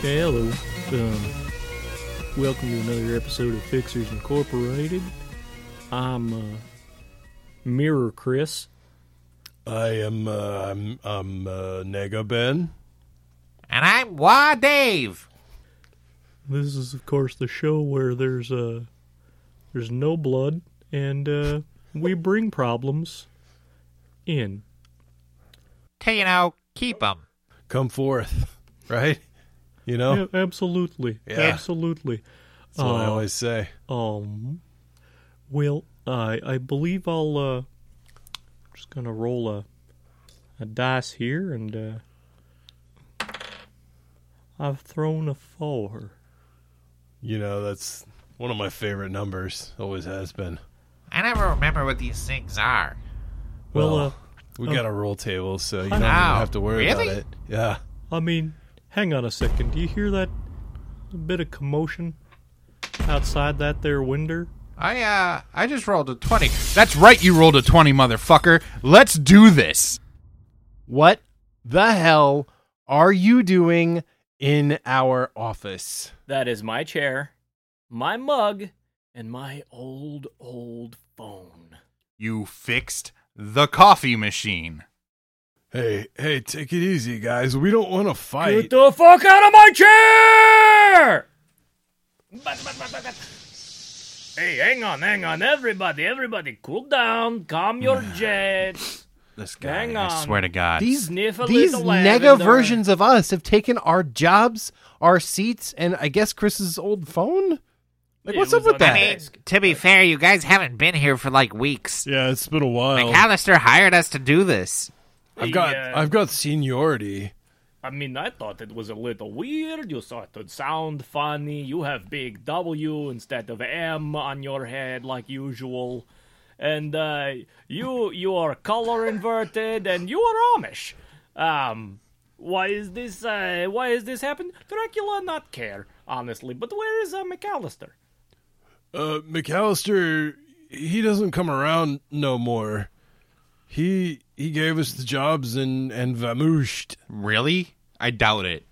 Hello. Um, welcome to another episode of Fixers Incorporated. I'm uh, Mirror Chris. I am uh, I'm I'm uh, Nega Ben. And I'm Wah Dave. This is, of course, the show where there's uh, there's no blood, and uh, we bring problems in. To, you know, keep 'em. Come forth, right? You know, Yeah, absolutely, Yeah. absolutely. that's what I Uh, always say. Um. Well, I I believe I'll uh just gonna roll a a dice here, and uh I've thrown a four. You know, that's one of my favorite numbers. Always has been. I never remember what these things are. Well, Well, Oh. We got a roll table, so you don't even Wow. have to worry about Really? it. Yeah, uh, I mean, hang on a second. Do you hear that bit of commotion outside that there window? I uh I just rolled a 20. That's right, you rolled a 20, motherfucker. Let's do this. What the hell are you doing in our office? That is my chair, my mug, and my old, old phone. You fixed the coffee machine. Hey, hey, take it easy, guys. We don't want to Get fight. the fuck out of my chair! Bat, bat, bat, bat, bat. Hey, hang on, hang on. Everybody, everybody, cool down. Calm your jets. This Hang on. I swear to God. These Sniff a these little nega lavender. versions of us have taken our jobs, our seats, and I guess Chris's old phone. Like, It what's up was with on that? I mean, Ask. to be fair, you guys haven't been here for like weeks. yeah, it's been a while. McAllister hired us to do this. I've got Yeah. I've got seniority. I mean, I thought it was a little weird. You thought it sound funny. You have big W instead of M on your head, like usual. And uh, you you are color inverted, and you are Amish. Um, why is this? Uh, why is this happen? Dracula not care honestly, but where is uh, McAllister? Uh, McAllister, he doesn't come around no more. He he gave us the jobs and and vamooshed. really? I doubt it.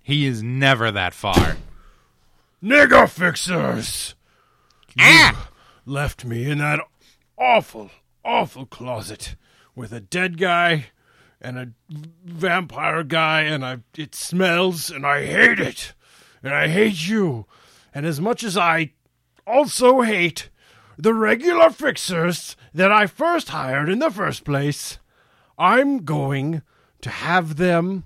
He is never that far. Nigger fixers Ah! left me in that awful, awful closet with a dead guy and a vampire guy, and I it smells, and I hate it, and I hate you, and as much as I also hate the regular fixers that I first hired in the first place, I'm going to have them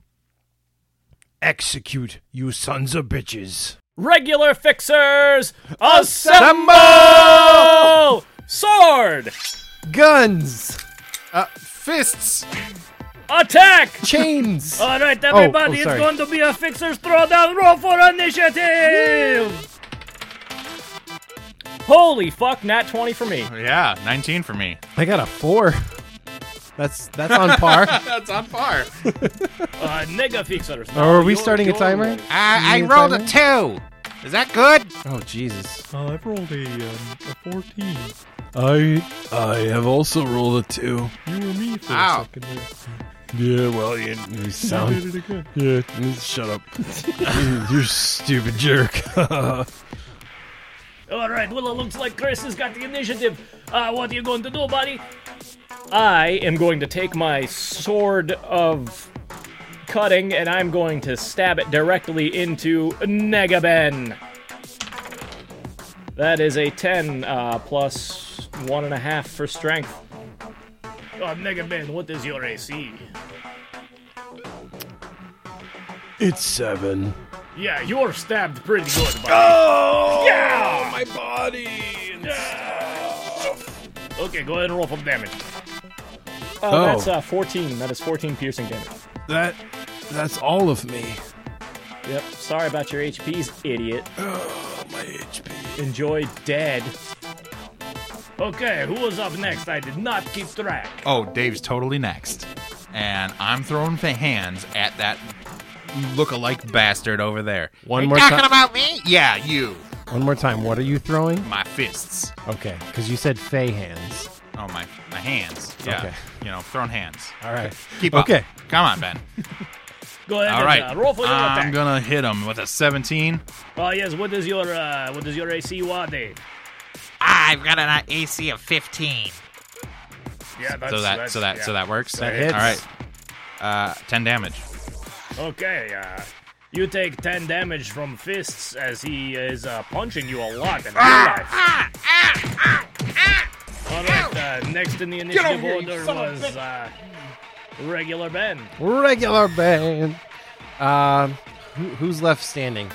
execute you sons of bitches. Regular fixers, assemble! Sword, Guns, Uh, fists. attack! chains. All right, oh, everybody, it's sorry. going to be a fixer's throwdown roll for initiative. Holy fuck, nat 20 for me. Yeah, 19 for me. I got a four. That's that's on par. That's on par. Uh, nigga fixers. No, Are we you're- starting a you're timer? rolling. I, I You need rolled a timer? two. Is that good? Oh Jesus! Uh, I've rolled a um, a fourteen. I I have also rolled a two. You were me for Ow. a second. there. Yeah, well, you, you You sound. did it again. Yeah, shut up. you, you stupid jerk. All right, well, it looks like Chris has got the initiative. Uh, what are you going to do, buddy? I am going to take my sword of cutting and I'm going to stab it directly into Negaben. That is a 10 uh, plus 1.5 for strength. Oh, Negaben, what is your AC? it's seven. Yeah, you're stabbed pretty good, buddy. Oh, Yeah! my body. Okay, go ahead and roll for damage. Uh, Oh. That's uh, 14. That is 14 piercing damage. That that's all of me. Yep. Sorry about your HPs, idiot. Oh, my HP. Enjoy dead. Okay, who was up next? I did not keep track. Oh, Dave's totally next. And I'm throwing the hands at that look-alike bastard over there. One You're more talking time. about me? Yeah, you. One more time. What are you throwing? My fists. Okay, because you said fey hands. Oh, my, my hands. Yeah. Okay. You know, thrown hands. All right. Keep up. Okay. Come on, Ben. Go ahead. All and, right. uh, roll for your I'm attack. gonna hit him with a 17. Oh yes. What is your uh, what is your AC? What Dave? I've got an AC of 15. Yeah. That's, So that that's, so that yeah. so that works. That hits. All right. Uh, 10 damage. Okay, uh, you take 10 damage from fists as he is uh, punching you a lot in real life. Ah, Alright, uh, next in the initiative order was uh, regular Ben. Regular band. Um, who, who's left standing?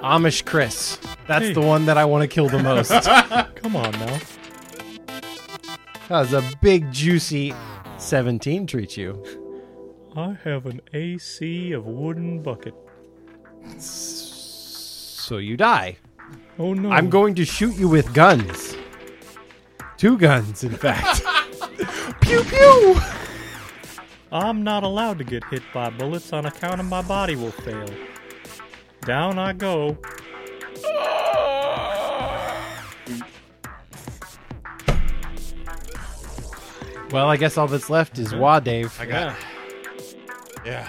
Amish Chris. That's Hey. the one that I want to kill the most. Come on now. That was a big, juicy 17 treat you. I have an AC of wooden bucket. So you die. Oh no. I'm going to shoot you with guns. Two guns, in fact. pew pew! I'm not allowed to get hit by bullets on account of my body will fail. Down I go. Well, I guess all that's left is Wah Dave. I, Yeah. Yeah.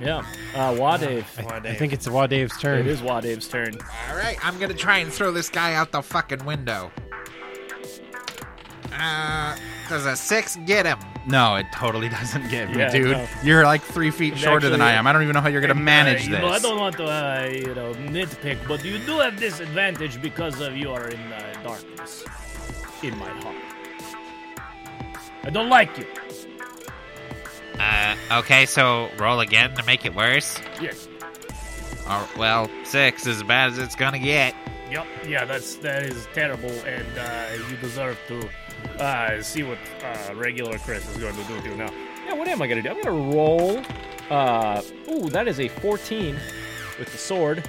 Yeah. Uh, Wadave. I think it's Wah Dave's It turn. is Wadave's turn. All right, I'm gonna try and throw this guy out the fucking window. Uh, does a six get him? No, it totally doesn't get me, Yeah, dude. no. You're like three feet shorter than actually- I am. I don't even know how you're gonna manage Uh, you this. know, I don't want to, uh, you know, nitpick, but you do have this advantage because of you are in uh, darkness. In my heart. I don't like you. Uh, okay, so roll again to make it worse. Yes. Or, well, six is as bad as it's gonna get. Yep. Yeah, that's that is terrible, and uh, you deserve to uh, see what uh, regular Chris is going to do to you now. Yeah. What am I going to do? I'm going to roll. Uh, ooh, that is a 14 with the sword.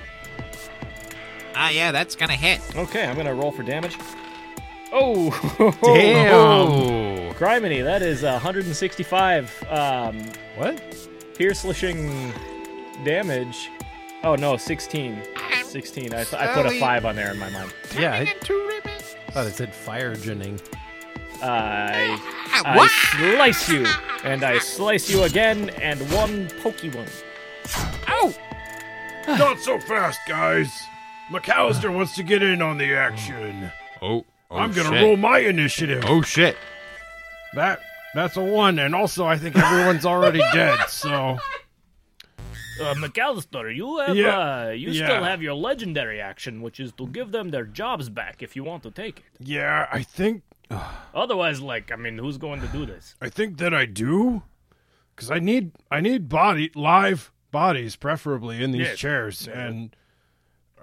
Ah, yeah, that's gonna hit. Okay, I'm going to roll for damage. Oh, Oh, Damn. Criminy, that is 165 um, What? piercing damage. Oh no, 16. 16. I, I put a Slowly- five on there in my mind. Yeah, I Into ribbons. thought it said fire ginning. I Ah, I what? slice you, and I slice you again, and one Pokemon. Not so fast, guys. McAllister wants to get in on the action. Oh, oh, I'm gonna shit. roll my initiative. Oh shit. That that's a one, and also I think everyone's already dead. So Uh, McAllister, you have Yeah, uh, you yeah. still have your legendary action, which is to give them their jobs back if you want to take it. yeah, I think Otherwise, like I mean, who's going to do this? I think that I do, because I need I need body live bodies, preferably in these Yes. chairs, and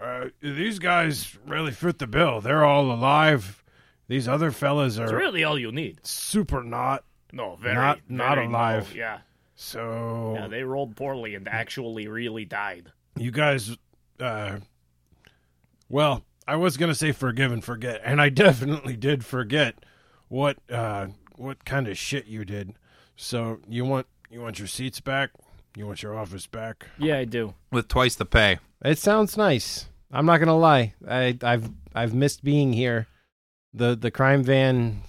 uh, these guys really fit the bill. They're all alive. These other fellas It's are really all you need. super not. No, very Er. Not- not very alive. low, Yeah, So yeah, they rolled poorly and actually really died. you guys uh well i was gonna say forgive and forget and i definitely did forget what uh what kind of shit you did so you want you want your seats back you want your office back Yeah, I do. With twice the pay. It sounds nice. I'm not gonna lie. I, I've I've missed being here. The the crime van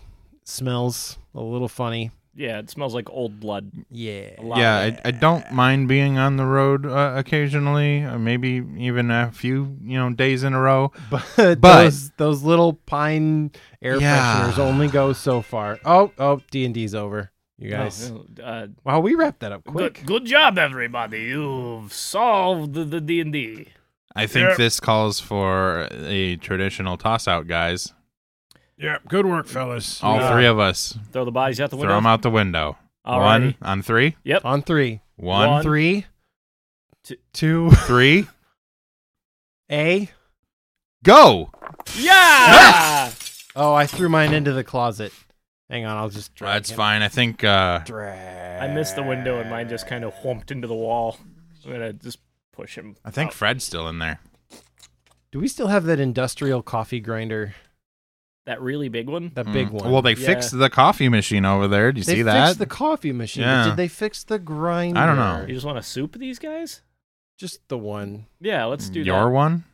smells a little funny. Yeah, it smells like old blood. Yeah. A lot. Oh, yeah, I, I don't mind being on the road uh, occasionally, uh, maybe even a few, you know, days in a row. But, But- those those little pine air Yeah. fresheners only go so far. Oh, oh, D and D's over. You guys. Uh, Wow, we wrapped that up good, quick. good job, everybody. You've solved the D and D. I think Yeah. this calls for a traditional toss out, guys. yeah good work fellas Uh, All Yeah. three of us Throw the bodies out the throw window. them out the window. All One righty. on three. Yep. On three. One, One. Three. Two. Two. three, A. go. Yeah. Oh, I threw mine into the closet. Hang on, I'll just drag That's him. fine. I think uh, Drag. I missed the window and mine just kind of whumped into the wall. I'm gonna just push him. I Oh. think out. Fred's still in there. Do we still have that industrial coffee grinder? that really big one. That big Mm. one. Well, they Yeah. fixed the coffee machine over there. Do you they see fixed that? the coffee machine. but Yeah. Did they fix the grinder? You know. just want to soup these guys? Just the one. Yeah, let's do Mm, Your one.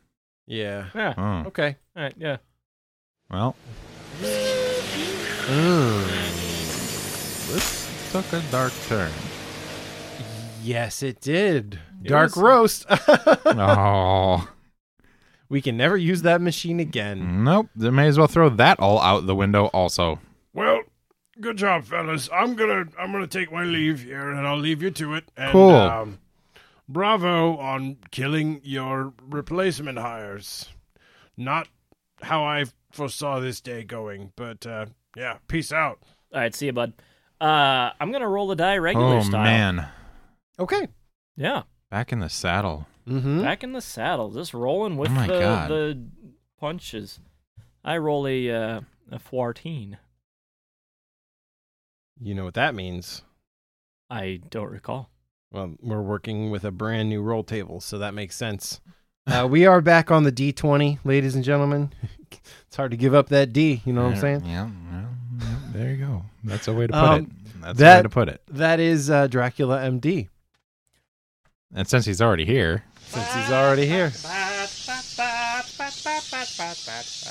Yeah. that. Yeah. Oh, Okay. All right. Yeah. well, Mm. this took a dark turn. Yes, it did. It Dark was- roast. oh, we can never use that machine again. nope. They may as well throw that all out the window. Also, Well, good job, fellas. I'm gonna I'm gonna take my leave here, and I'll leave you to it. And, Cool. Um, bravo on killing your replacement hires. Not how I foresaw this day going, but uh, yeah. Peace out. All right, see you, bud. Uh, I'm gonna roll the die regular oh style. man, Okay. Yeah, back in the saddle. Mm-hmm. back in the saddle, just rolling with Oh my the, God. the punches. I roll a uh, a fourteen. You know what that means. I don't recall. Well, we're working with a brand new roll table, so that makes sense. Uh, we are back on the D20, ladies and gentlemen. it's hard to give up that D, you know what I'm saying? Yeah, yeah, yeah, there you go. That's a way to put Um, it. That's a way that- to put it. That is uh, Dracula MD, And since he's already here, since he's already here.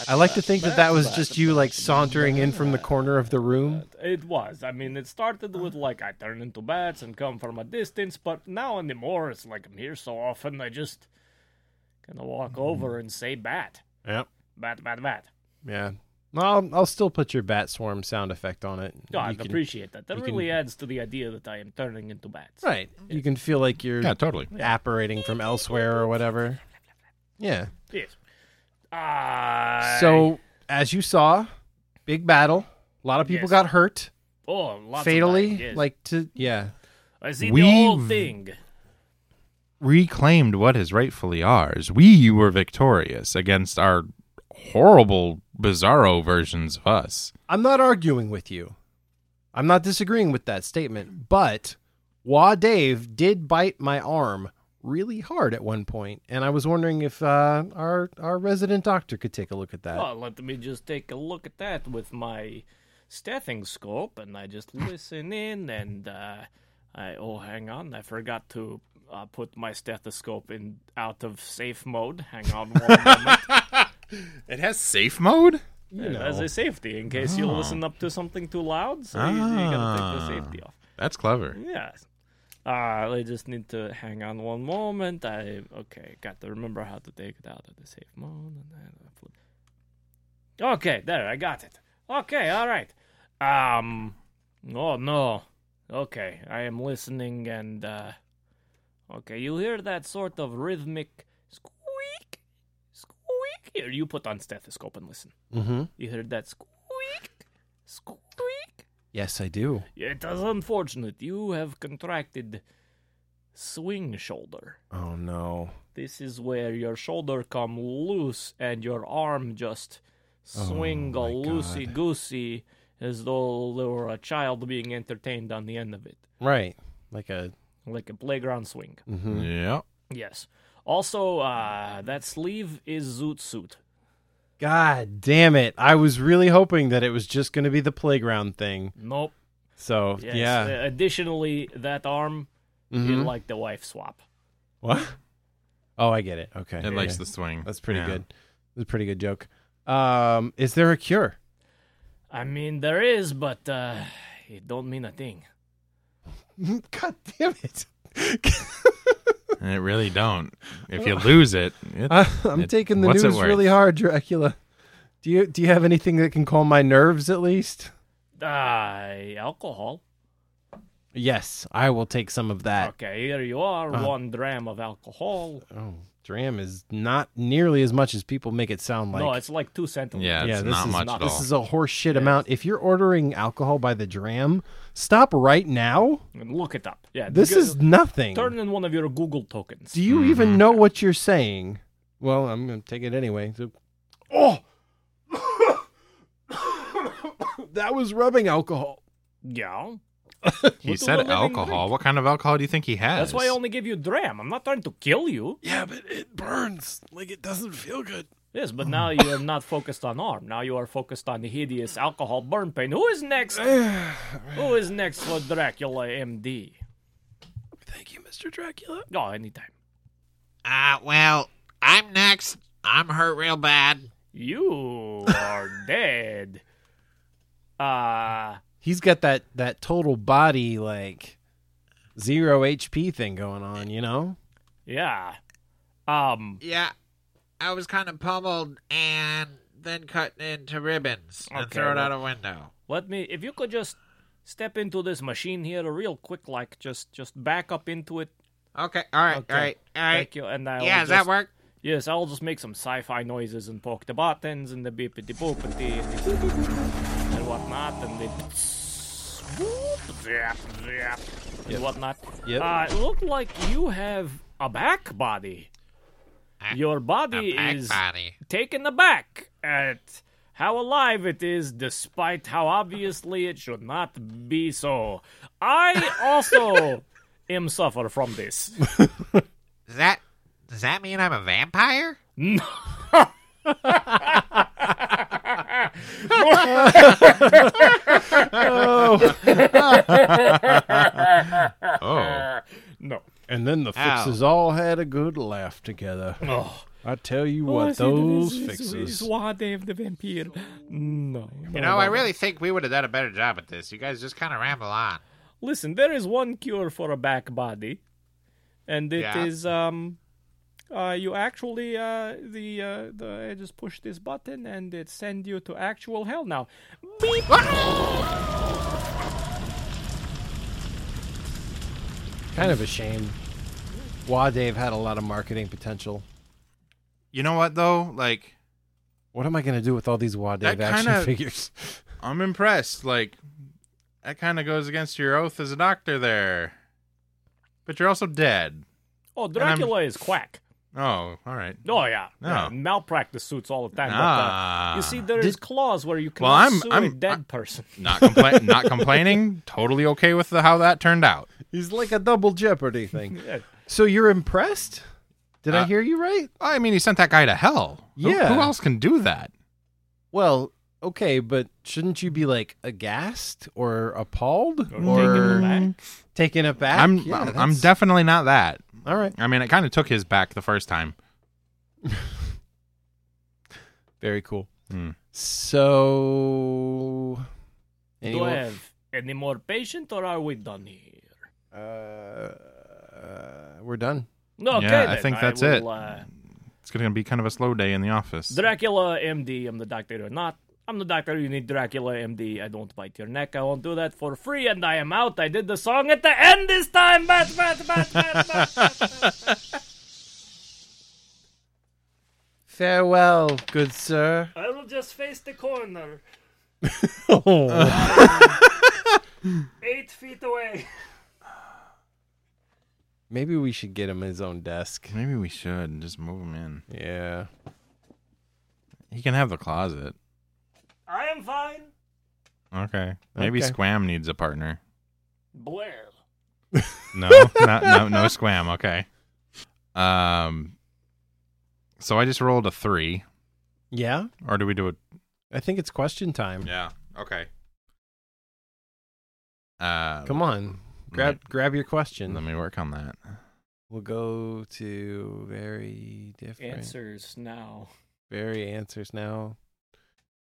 I like to think that that was just you, like, sauntering in from the corner of the room. It was. I mean, it started with Uh-huh. like I turn into bats and come from a distance, but now anymore it's like I'm here so often I just gonna walk Mm-hmm. over and say bat, Yep. bat, bat, bat. Yeah. Well, I'll, I'll still put your bat swarm sound effect on it. God, You can- appreciate that. That you really can- adds to the idea that I am turning into bats. Right. You can feel like you're yeah, totally. apparating from elsewhere or whatever. Yeah. Yes. Ah. So, as you saw, big battle. A lot of people Yes. got hurt oh, lots of fatally. dying, yes. Like to yeah. I see the We've- whole thing. Reclaimed what is rightfully ours. We were victorious against our horrible, bizarro versions of us. I'm not arguing with you. I'm not disagreeing with that statement, but Wa Dave did bite my arm really hard at one point, and I was wondering if uh, our our resident doctor could take a look at that. Well, let me just take a look at that with my stethoscope, and I just listen in, and uh, I oh, hang on, I forgot to uh, put my stethoscope in out of safe mode. Hang on one moment. It has safe mode. As a safety, in case you listen up to something too loud, so you, you gotta take the safety off. Ah. That's clever. Yes. Uh, I just need to hang on one moment. I okay, got to remember how to take it out of the safe mode, and then I flip. Okay, there, I got it. Okay, all right. Um, oh no. Okay, I am listening, and uh, okay, you hear that sort of rhythmic squeak, squeak. Here, you put on stethoscope and listen. Mhm. You heard that squeak, squeak. Yes, I do. It is unfortunate. You have contracted swing shoulder. Oh no. This is where your shoulder come loose and your arm just swing all loosey goosey as though there were a child being entertained on the end of it. Right. Like a Like a playground swing. Mm-hmm. Yeah. Yes. Also, uh, that sleeve is zoot suit. God damn it. I was really hoping that it was just going to be the playground thing. Nope. So, Yes. Oh, yeah. Uh, additionally, that arm, you Mhm. like the wife swap. What? Oh, I get it. Okay. It likes the swing. That's pretty Yeah. good. That's a pretty good joke. Um, is there a cure? I mean, there is, but uh, it don't mean a thing. God damn it. And it really don't. If you lose it, it I, Uh, I'm It- taking the what's it news worth? really hard, Dracula. Do you do you have anything that can calm my nerves at least? Uh, alcohol. Yes, I will take some of that. Okay, here you are, one dram of alcohol. Oh, dram is not nearly as much as people make it sound like. no, it's like two centiliters. yeah, it's yeah, this not is much not- at This all. is a horseshit amount. If you're ordering alcohol by the dram, stop right now. And Look it up. Yeah, This you is nothing. turn in one of your Google tokens. Do you even know what you're saying? Mm-hmm. Well, I'm going to take it anyway. So- Oh! that was rubbing alcohol. Yeah, he What do said women alcohol. What kind of alcohol do you think he has? that's why I only give you dram. I'm not trying to kill you. Yeah, but it burns. Like it doesn't feel good. Yes, but now you are not focused on arm. Now you are focused on the hideous alcohol burn pain. Who is next? Who is next for Dracula MD? Thank you, Mr. Dracula. Oh, anytime. Uh, well, I'm next. I'm hurt real bad. You are dead. Uh He's got that, that total body, like, zero HP thing going on, you know? Yeah. Um. Yeah, I was kind of pummeled and then cut into ribbons and Okay, thrown well- out a window. Let me. If you could just step into this machine here real quick, like just just back up into it. Okay, all right, Okay. all right, all right. Thank you. And I'll Yeah, does just, that work? Yes, I'll just make some sci-fi noises and poke the buttons and the beepity boopity and, the and whatnot and the whoop zap zap and whatnot. Yep. Uh, it looked like you have a back body. A- Your body A back is body. taken aback at how alive it is, despite how obviously it should not be so. I also am suffer from this. Does that does that mean I'm a vampire? Oh, No. And then the Ow. fixes all had a good laugh together. Oh. I tell you what, those fixes. the vampire. No. You know, I really think we would have done a better job at this. You guys just kind of ramble on. Listen, there is one cure for a back body, and it is Yeah. um, uh, you actually uh the uh the I just push this button and it send you to actual hell now. Beep. Kind of a shame. Wadave had a lot of marketing potential. you know what though? Like, What am I going to do with all these Wadave That action kinda- figures? I'm impressed. Like, that kind of goes against your oath as a doctor there. But you're also dead. Oh, I'm- Dracula is quack. Oh, all right. Oh yeah, No. Yeah, malpractice suits all the time. But, uh, Ah. you see, there is clause where you can Well, I'm- sue a I'm- dead I'm- person. Not compla- not complaining. Totally okay with the, how that turned out. He's like a double jeopardy thing. Yeah. So you're impressed? Did I Uh, hear you right? I mean, he sent that guy to hell. Who- Yeah. Who else can do that? Well, okay, but shouldn't you be like aghast or appalled Or taken aback. taken aback? I'm Yeah, I'm, I'm that's- definitely not that. All right. I mean, it kind of took his back the first time. Very cool. Hmm. So, Do I anyone- have any more patient, or are we done here? uh, uh, we're done. No, okay, Yeah, I then. think that's will, it. Uh, It's going to be kind of a slow day in the office. Dracula MD, I'm the doctor or not. I'm the doctor, you need Dracula MD. I don't bite your neck, I won't do that for free, and I am out. I did the song at the end this time! Bat, bat, bat, bat, bat, bat. Farewell, good sir. I will just face the corner. Oh. Eight feet away. Maybe we should get him his own desk. Maybe we should and just move him in. Yeah. He can have the closet. I am fine. Okay. Maybe Okay. Squam needs a partner. Blair. No, no, no, no Squam. Okay. Um. So I just rolled a three, Yeah. or do we do it? I think it's question time. Yeah. Okay. Uh, Come on, grab Mm-hmm. grab your question. Let me work on that. We'll go to very different. Answers now. Very answers now.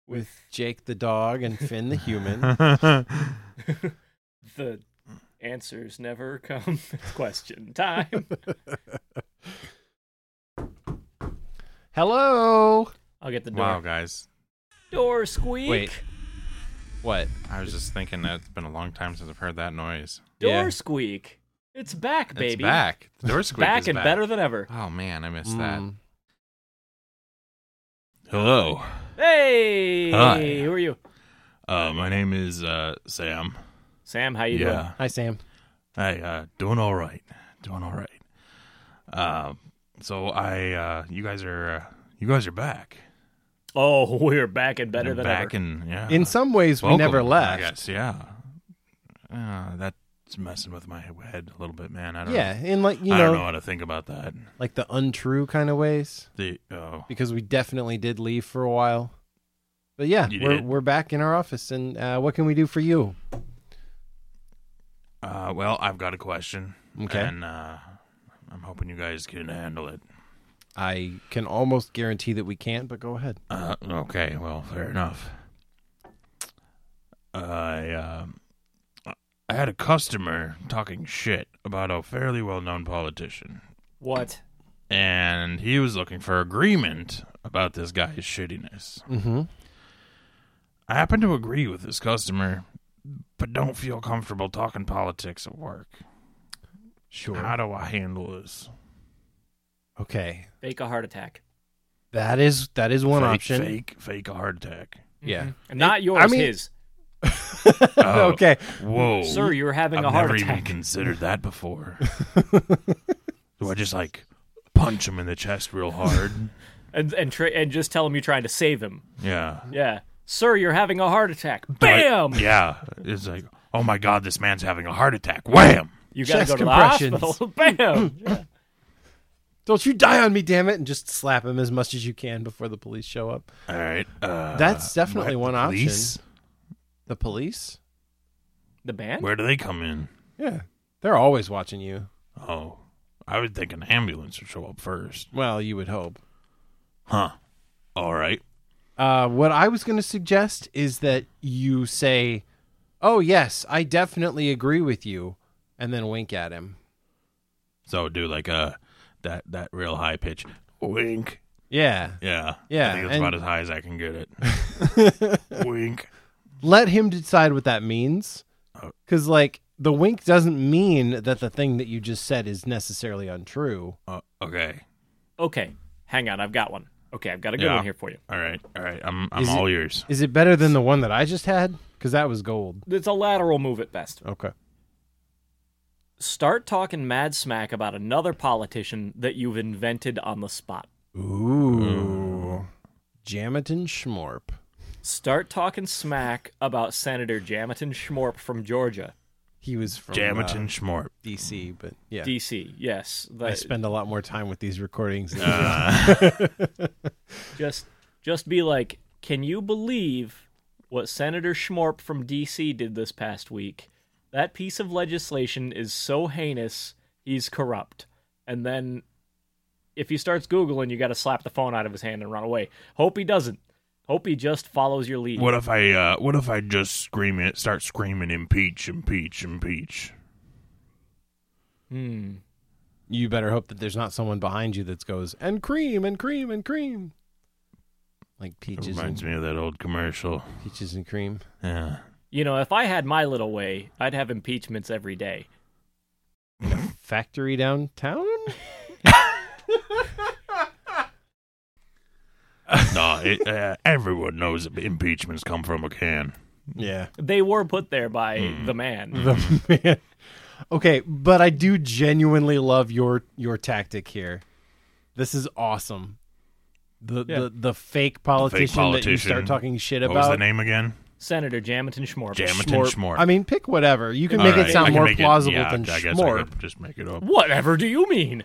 With Jake the dog and Finn the human. the answers never come. It's question time. Hello. I'll get the door. wow, guys. Door squeak. Wait. What? I was just thinking that it's been a long time since I've heard that noise. Door Yeah. squeak. It's back, It's baby. back. The door squeak Back is and back. better than ever. Oh man, I missed that. Mm. Hello. Hey, Hi. who are you? Uh, my name is uh, Sam. Sam, how you doing? yeah. Hi, Sam. Hey, uh, doing all right. Doing all right. Um, so I, uh, you guys are, uh, you guys are back. Oh, we're back and better You're than back ever. and yeah. In some ways, we Welcome, never I left. guess, yeah. Uh, that's messing with my head a little bit, man. I don't. Yeah, in like you I know, don't know how to think about that. like the untrue kind of ways, The oh, because we definitely did leave for a while. But yeah, You we're did. we're back in our office, and uh, what can we do for you? uh, well, I've got a question. Okay. And uh, I'm hoping you guys can handle it. I can almost guarantee that we can't, but go ahead. Uh, okay, well, fair enough. I um, uh, I had a customer talking shit about a fairly well known politician, What? and he was looking for agreement about this guy's shittiness. Mm-hmm. I happen to agree with this customer, but don't feel comfortable talking politics at work. Sure. How do I handle this? Okay. Fake a heart attack. That is that is one fake, option. Fake, fake a heart attack. Yeah. And not yours, I mean- his. Oh, Okay. Whoa. Sir, you're having I've a heart never even attack. considered that before. do I just like punch him in the chest real hard? And and, tra- and just tell him you're trying to save him. Yeah. Yeah. Sir, you're having a heart attack. Do I- Bam! yeah. It's like, oh my God, this man's having a heart attack. Wham! You gotta Chest go to the compressions. hospital. Bam! Don't you die on me, damn it, and just slap him as much as you can before the police show up. All right. Uh, That's definitely one what, the option. police? The police? The band? Where do they come in? Yeah. They're always watching you. Oh, I would think an ambulance would show up first. Well, you would hope. Huh. All right. Uh, what I was going to suggest is that you say, "Oh yes, I definitely agree with you," and then wink at him. So do like a that that real high pitch wink. Yeah, Yeah. Yeah, I think that's and- about as high as I can get it. wink. let him decide what that means, because like the wink doesn't mean that the thing that you just said is necessarily untrue. Uh, okay. Okay. Hang on, I've got one. Okay, I've got a good Yeah. one here for you. All right. All right. I'm I'm Is it- all yours. Is it better than the one that I just had? Because that was gold. It's a lateral move at best. Okay. Start talking mad smack about another politician that you've invented on the spot. Ooh, Jamatin Schmorp. Start talking smack about Senator Jamatin Schmorp from Georgia, He was from Jamatin uh, Schmort. DC, but yeah, D.C. Yes, the- I spend a lot more time with these recordings. than- just just be like, can you believe what Senator Schmorp from D.C. did this past week? That piece of legislation is so heinous, he's corrupt. And then, if he starts googling, you got to slap the phone out of his hand and run away. Hope he doesn't. Hope he just follows your lead. What if I uh what if I just scream it start screaming impeach, impeach, impeach? Hmm. you better hope that there's not someone behind you that goes and cream and cream and cream like It peaches and reminds me of that old commercial. peaches and cream Yeah. You know, if I had my little way, I'd have impeachments every day. factory downtown no, it, uh, everyone knows that impeachments come from a can. yeah They were put there by the man. the man okay but i do genuinely love your your tactic here this is awesome the Yeah. the, the fake politician, that you politician. start talking shit What about was the name again? Senator Jamatin Schmorp. Jamatin Schmort. i mean pick whatever you can make All it right, I sound can more make plausible yeah, than I guess I schmorp could just make it up. Whatever do you mean?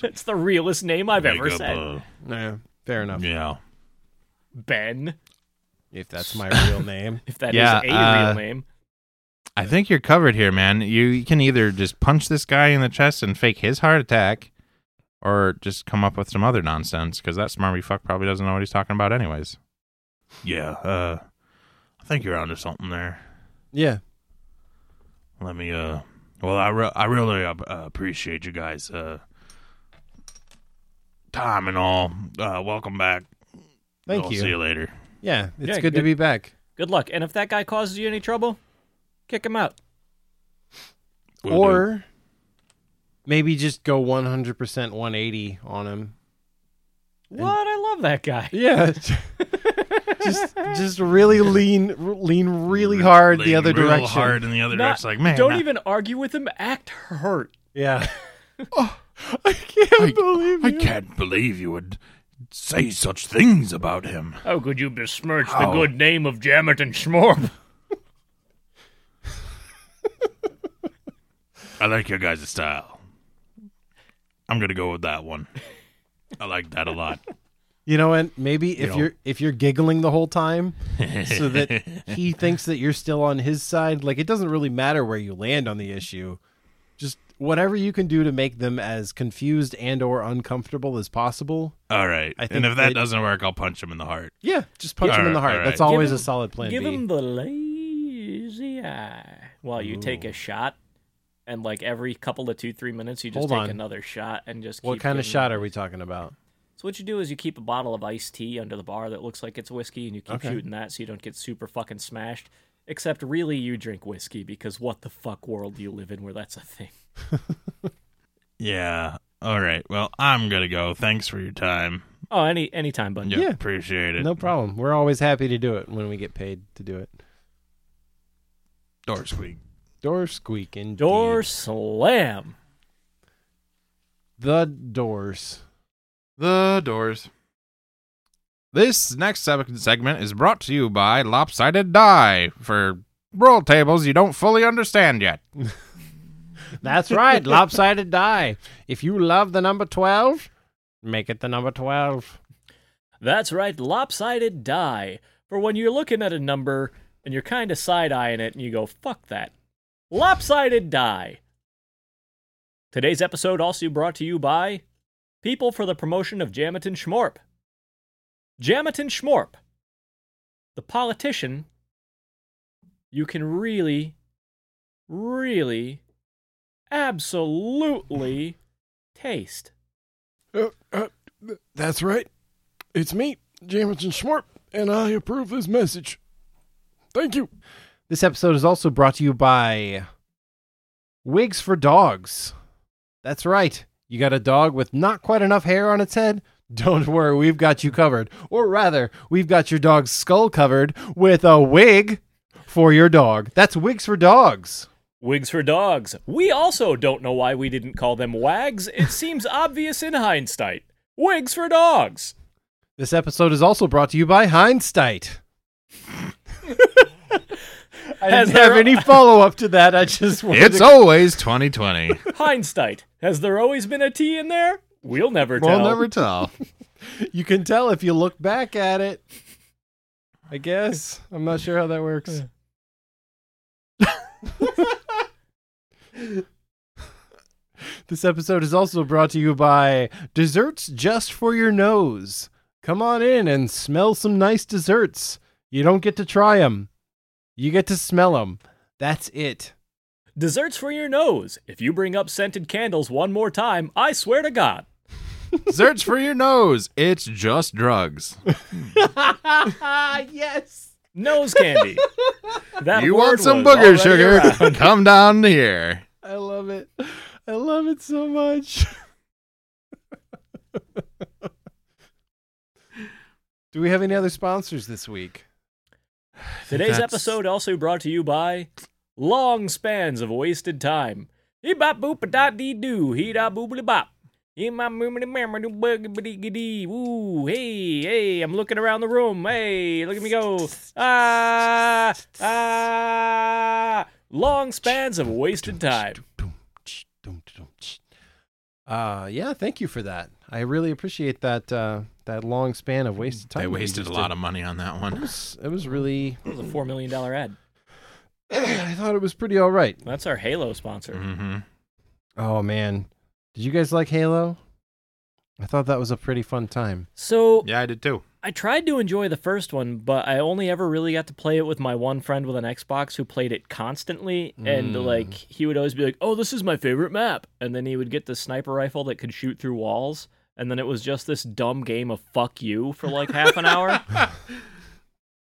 That's the realest name I've Make ever up said. a- yeah fair enough yeah. ben, if that's my real name if that is Yeah, a uh, real name. I think you're covered here, man. You can either just punch this guy in the chest and fake his heart attack, or just come up with some other nonsense because that smarmy fuck probably doesn't know what he's talking about, anyways. Yeah. Uh I think you're onto something there. yeah Let me uh well I re- I really uh, appreciate you guys uh time and all. Uh welcome back. thank I'll you See you later. Yeah, it's Yeah, good to good. be back. Good luck. And if that guy causes you any trouble, kick him out. Will or do. maybe just go 100% 180 on him. What? I love that guy. Yeah. just just really lean lean really hard the Lean other real direction. hard in the other Not- direction. Like man, don't not- even argue with him. Act hurt. Yeah. oh, I can't believe I you. can't believe you would say such things about him. How could you besmirch How? the good name of Jamatin Schmorp? I like your guys' style. I'm gonna go with that one. I like that a lot. You know and maybe if know. you're if you're giggling the whole time so that he thinks that you're still on his side, like it doesn't really matter where you land on the issue. Just whatever you can do to make them as confused and or uncomfortable as possible. All right. I think and if that they- doesn't work, I'll punch him in the heart. Yeah, just punch Yeah. him in the Alright, heart. That's alright. always Give a solid plan Give B. him the lay lazy eye. While you take a shot, and like every couple to two, three minutes, you just Hold take on. another shot and just. What keep kind of getting- shot are we talking about? So what you do is you keep a bottle of iced tea under the bar that looks like it's whiskey, and you keep Okay. shooting that so you don't get super fucking smashed. Except really, you drink whiskey because what the fuck world do you live in where that's a thing? Yeah. All right. Well, I'm gonna go. Thanks for your time. Oh, any any time, bud. Yeah, Yeah. appreciate it. No problem. We're always happy to do it when we get paid to do it. Door squeak. Door squeak and Door slam. The doors. The doors. This next seg- segment is brought to you by Lopsided Die for roll tables you don't fully understand yet. That's right, lopsided die. If you love the number 12, make it the number 12. That's right, lopsided die. For when you're looking at a number and you're kind of side eyeing it and you go, fuck that. Lopsided die. Today's episode also brought to you by People for the Promotion of Jamitin Schmorp. Jamitin Schmorp, the politician you can really, really, absolutely taste. Uh, uh, th- that's right. It's me, Jamison Schmort, and I approve this message. Thank you. This episode is also brought to you by Wigs for Dogs. That's right. You got a dog with not quite enough hair on its head? Don't worry, we've got you covered. Or rather, we've got your dog's skull covered with a wig for your dog. That's Wigs for Dogs. Wigs for dogs. We also don't know why we didn't call them wags. It seems obvious in hindsight. Wigs for dogs. This episode is also brought to you by Hindsight. I Has didn't have there- any follow up to that. I just wanted It's to always 2020. hindsight. Has there always been a T in there? We'll never tell. we'll never tell. You can tell if you look back at it. I guess. I'm not sure how that works. this episode is also brought to you by Desserts Just for Your Nose. Come on in and smell some nice desserts. You don't get to try them, you get to smell them. That's it. Desserts for your nose. If you bring up scented candles one more time, I swear to God. Search for your nose. It's just drugs. Nose candy. That you word want some was booger already sugar? around. Come down here. I love it. I love it so much. Do we have any other sponsors this week? Today's That's- episode also brought to you by Long Spans of Wasted Time. He bop boop a dot dee doo, he da boobly bop. In my memory, memory, buggy biddy dee. Woo, hey, hey, I'm looking around the room. Hey, look at me go. Ah, ah. Long spans of wasted time. Uh yeah, thank you for that. I really appreciate that uh that long span of wasted time. They wasted a lot of money on that it one. was, it was really That was a $4 million ad. I thought it was pretty all right. That's our Halo sponsor. Mm-hmm. Oh man. Did you guys like Halo? I thought that was a pretty fun time. So Yeah, I did too. I tried to enjoy the first one, but I only ever really got to play it with my one friend with an Xbox who played it constantly. And Mm. like, he would always be like, "Oh, this is my favorite map," and then he would get the sniper rifle that could shoot through walls. And then it was just this dumb game of fuck you for like half an hour.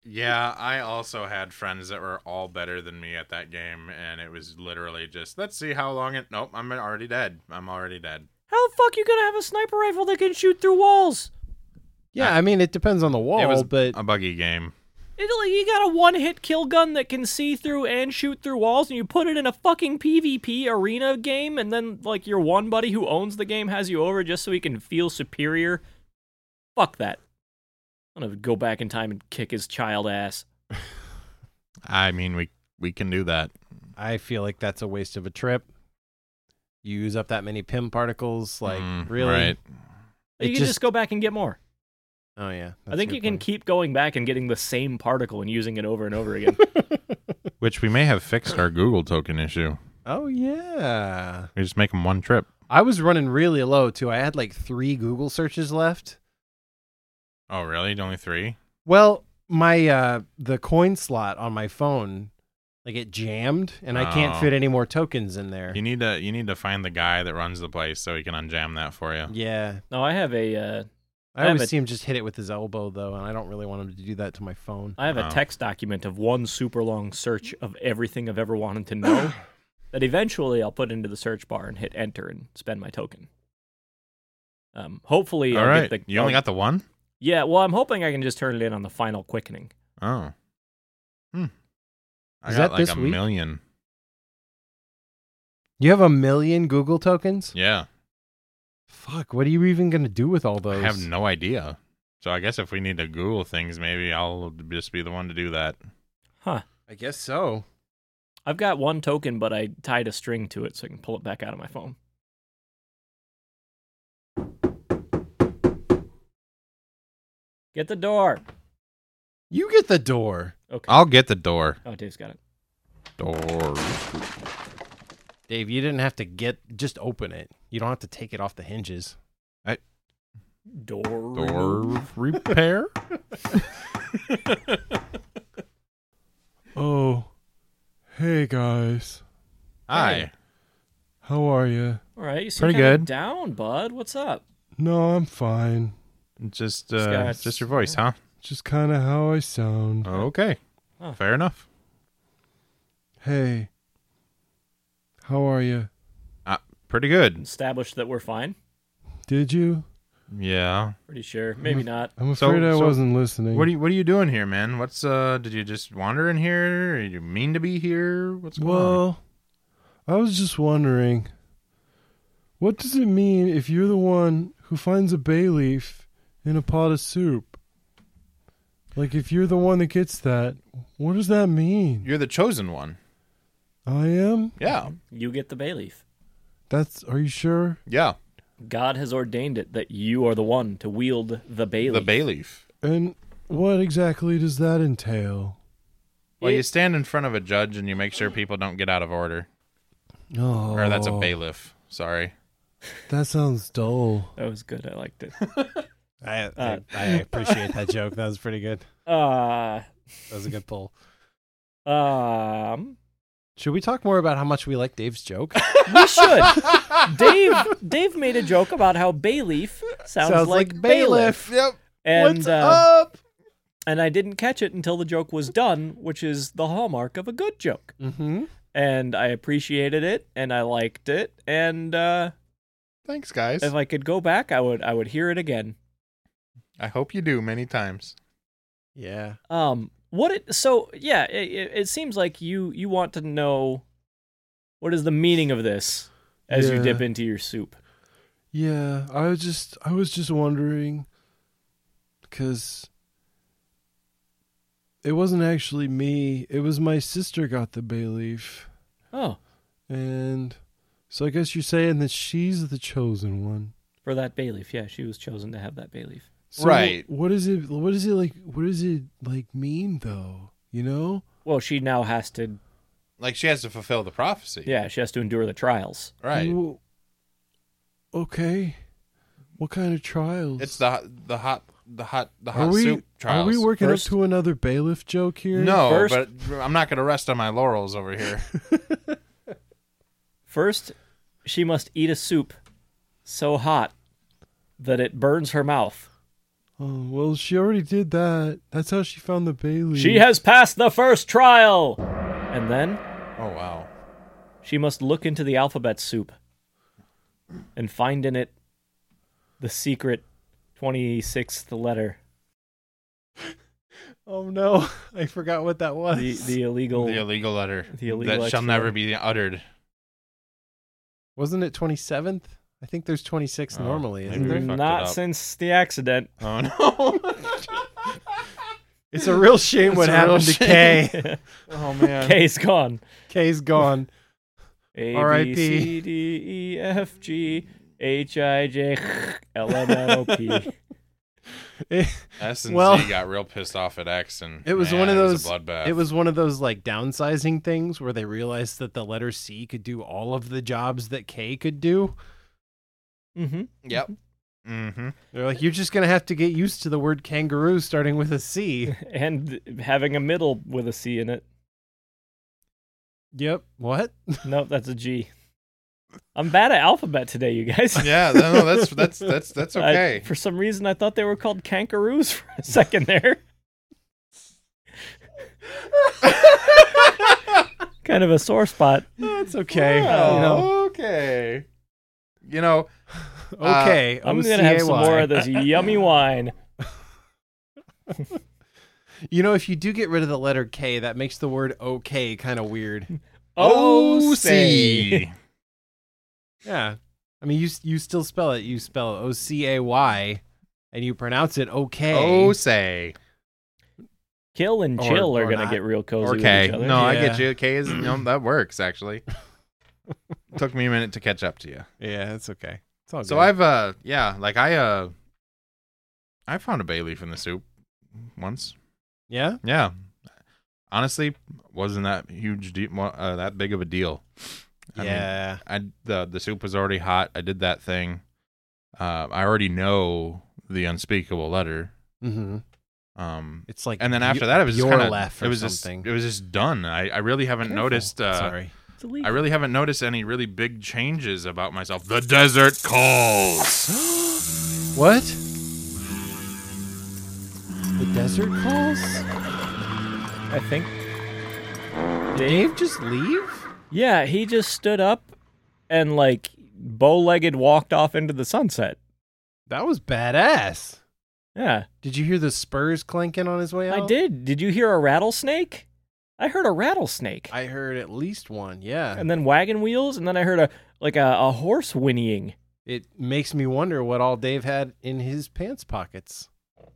Yeah, I also had friends that were all better than me at that game, and it was literally just let's see how long it. Nope, I'm already dead. I'm already dead. How the fuck you gonna have a sniper rifle that can shoot through walls? Yeah, I mean it depends on the wall, it was but a buggy game. It, like, you got a one-hit kill gun that can see through and shoot through walls, and you put it in a fucking PvP arena game, and then like your one buddy who owns the game has you over just so he can feel superior. Fuck that. I'm gonna go back in time and kick his child ass. I mean, we we can do that. I feel like that's a waste of a trip. You use up that many PIM particles, like Mm, really? right? You It can just... just- go back and get more. Oh yeah. I think you can keep going back and getting the same particle and using it over and over again. Which we may have fixed our Google token issue. Oh yeah. We just make them one trip. I was running really low too. I had like three Google searches left. Oh, really? Only three? Well, my uh the coin slot on my phone Like it jammed, and I can't Oh. fit any more tokens in there. You need to you need to find the guy that runs the place so he can unjam that for you. Yeah, No, I have a uh, I I have always a- see him just hit it with his elbow though, and I don't really want him to do that to my phone. I have Oh. a text document of one super long search of everything I've ever wanted to know that eventually I'll put into the search bar and hit enter and spend my token. Um, hopefully, All I'll right. get the, you only I'll- got the one? yeah. Well, I'm hoping I can just turn it in on the final quickening. Oh. Hmm. I Is got that like this a week? million. You have a million Google tokens. Yeah. Fuck, what are you even gonna do with all those? I have no idea. So I guess if we need to Google things, maybe I'll just be the one to do that. I guess so. I've got one token, but I tied a string to it so I can pull it back out of my phone. Get the door. You get the door. Okay. I'll get the door. oh, Dave's got it. Door. Dave, you didn't have to get just open it. You don't have to take it off the hinges. Door. Door repair? Oh, hey guys, Hi. how are you? All right, you seem Pretty kinda good. Down, bud. What's up? No, I'm fine. Just uh, Scott's- just your voice, huh? Just kind of how I sound. Okay. Huh. Fair enough. Hey, how are you? Pretty good. Established that we're fine. Did you? Yeah. Pretty sure. Maybe not. I'm So- afraid I so- wasn't listening. What are you What are you doing here, man? What's uh? Did you just wander in here? Are you mean to be here? What's going on? Well, I was just wondering, what does it mean if you're the one who finds a bay leaf in a pot of soup? Like, if you're the one that gets that, what does that mean? You're the chosen one. I am? Yeah. You get the bay leaf. That's, are you sure? Yeah. God has ordained it that you are the one to wield the bay The leaf. bay leaf. And what exactly does that entail? Well, you stand in front of a judge and you make sure people don't get out of order. Oh, Or that's a bailiff. Sorry. That sounds dull. that was good. I liked it. I Uh. I, I appreciate that joke. That was pretty good. Uh, That was a good pull. um, Should we talk more about how much we like Dave's joke? we should. Dave Dave made a joke about how bay leaf sounds, like, bailiff. Yep. And What's uh, up? and I didn't catch it until the joke was done, which is the hallmark of a good joke. Mm-hmm. And I appreciated it, and I liked it, and uh, Thanks, guys. if I could go back, I would I would hear it again. I hope you do many times. Yeah. Um, what it so yeah, it, it it seems like you you want to know what is the meaning of this as you Yeah. dip into your soup. Yeah, I was just I was just wondering cuz it wasn't actually me. It was my sister got the bay leaf. Oh, And so I guess you're saying that she's the chosen one. for that bay leaf, yeah, she was chosen to have that bay leaf. So Right. What is it what is it like what does it like mean though? You know? Well, she now has to Like she has to fulfill the prophecy. yeah, she has to endure the trials. Right. Well, okay. What kind of trials? It's the the hot the hot the are hot we, soup trials. Are we working First- up to another bailiff joke here? No, First- but I'm not going to rest on my laurels over here. First, she must eat a soup so hot that it burns her mouth. Oh, well, she already did that. That's how she found the Bailey. She has passed the first trial. And then oh wow. She must look into the alphabet soup and find in it the secret 26th letter, Oh no, I forgot what that was. the, the Oh. illegal. The illegal letter The illegal that shall extra- never be uttered. Wasn't it 27th? I think there's 26 Oh, normally, maybe isn't we there? fucked it not up. since the accident. Oh no. It's a real shame It's what a real happened to shame. K. oh man. K's gone. K's gone. A, B, R.I.P.. C, D, E, F, G, H, I, J, L, M, N, O, P. S and Well- Z got real pissed off at X, and It was man, one of it those. was a bloodbath. It was one of those like downsizing things where they realized that the letter C could do all of the jobs that K could do. Mm-hmm. Yep. Mm-hmm. They're like, you're just gonna have to get used to the word kangaroo starting with a C. And having a middle with a C in it. Yep. What? Nope, that's a G. I'm bad at alphabet today, you guys. Yeah, no, that's that's that's that's I- for some reason, I thought they were called kangaroos for a second there. kind of a sore spot. That's okay. Wow. You know, Okay. You know, uh, okay. I'm gonna have some OCAY. more of this yummy wine. You know, if you do get rid of the letter K, that makes the word okay kind of weird. Oh, OC. Yeah. I mean, you you still spell it. You spell O C A Y, and you pronounce it okay. Oh, say. Kill and Or- chill are or gonna not. get real cozy Or with K. each No, other. I get Yeah. you. K is no, that works actually. Took me a minute to catch up to you. yeah, that's okay. It's all So good. I've uh yeah, like I uh I found a bay leaf in the soup once. yeah. Yeah. Honestly, wasn't that huge deep uh, that big of a deal. I mean, yeah. I the the soup was already hot. I did that thing. Uh, I already know the unspeakable letter. hmm Um, It's like and then y- after that, it was just your kind of left or it was something. Oh, just it was just done. I, I really haven't noticed. Uh, Sorry. It's a leaf. I really haven't noticed any really big changes about myself. The desert calls. What? The desert calls? I think. Dave just leave? Yeah, he just stood up and like bow-legged walked off into the sunset. That was badass. Yeah, Did you hear the spurs clanking on his way out? I did. Did you hear a rattlesnake? I heard a rattlesnake. I heard at least one. Yeah. and then wagon wheels, and then I heard a like a, a horse whinnying. It makes me wonder what all Dave had in his pants pockets.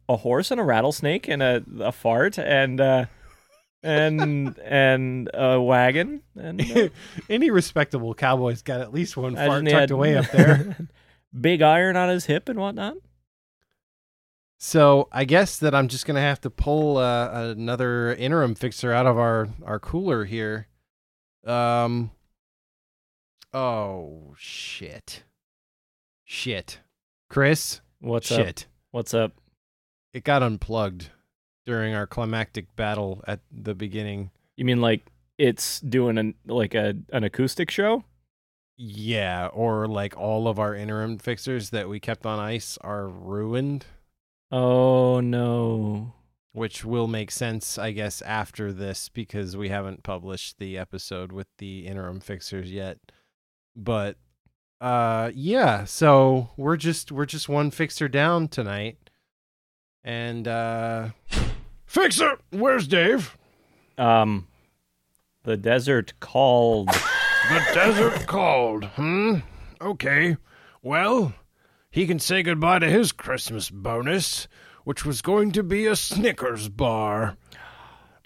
A horse and a rattlesnake and a, a fart and uh, and and a wagon and uh, Any respectable cowboy's got at least one imagine fart he tucked had away up there. big iron on his hip and whatnot. So I guess that I'm just gonna have to pull uh, another interim fixer out of our our cooler here. Um. Oh shit! Shit, Chris. What's up? shit! What's up? It got unplugged during our climactic battle at the beginning. You mean like it's doing an like a an acoustic show? Yeah, or like all of our interim fixers that we kept on ice are ruined, Oh no. which will make sense, I guess, after this because we haven't published the episode with the interim fixers yet. But uh yeah, so we're just we're just one fixer down tonight. And uh Fixer, where's Dave? Um the desert called The desert called. Hmm. Okay. Well, he can say goodbye to his Christmas bonus, which was going to be a Snickers bar.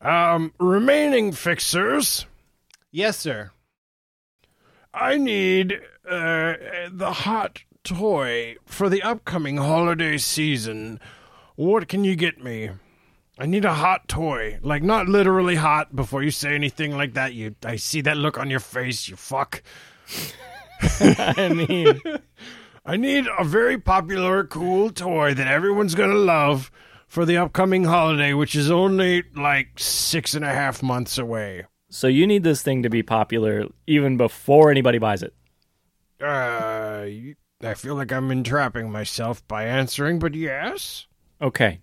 Um, remaining fixers, yes, sir. I need uh, the hot toy for the upcoming holiday season. What can you get me? I need a hot toy, like not literally hot. Before you say anything like that, you I see that look on your face, you fuck. I mean I need a very popular, cool toy that everyone's gonna love for the upcoming holiday, which is only like six and a half months away. so you need this thing to be popular even before anybody buys it. Uh, you- I feel like I'm entrapping myself by answering, but yes. Okay.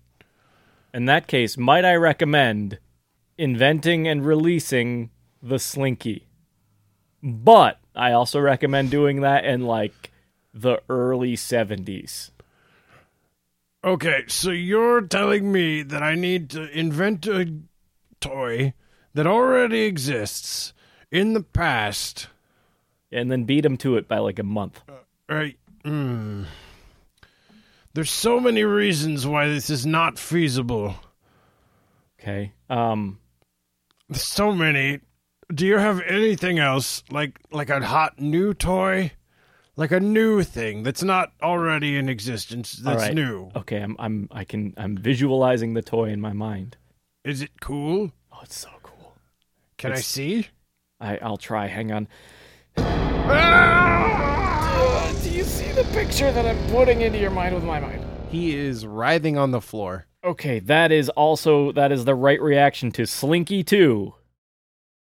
In that case, might I recommend inventing and releasing the slinky? But I also recommend doing that in like the early 70s. Okay, so you're telling me that I need to invent a toy that already exists in the past. And then beat them to it by like a month. Right. Mm. There's so many reasons why this is not feasible. Okay. Um so many. Do you have anything else like like a hot new toy? Like a new thing that's not already in existence all that's right. new. Okay, I'm I'm I can I'm visualizing the toy in my mind. Is it cool? Oh, it's so cool. Can I see? I I'll try. Hang on. Do you see the picture that I'm putting into your mind with my mind? He is writhing on the floor. Okay, that is also that is the right reaction to Slinky 2,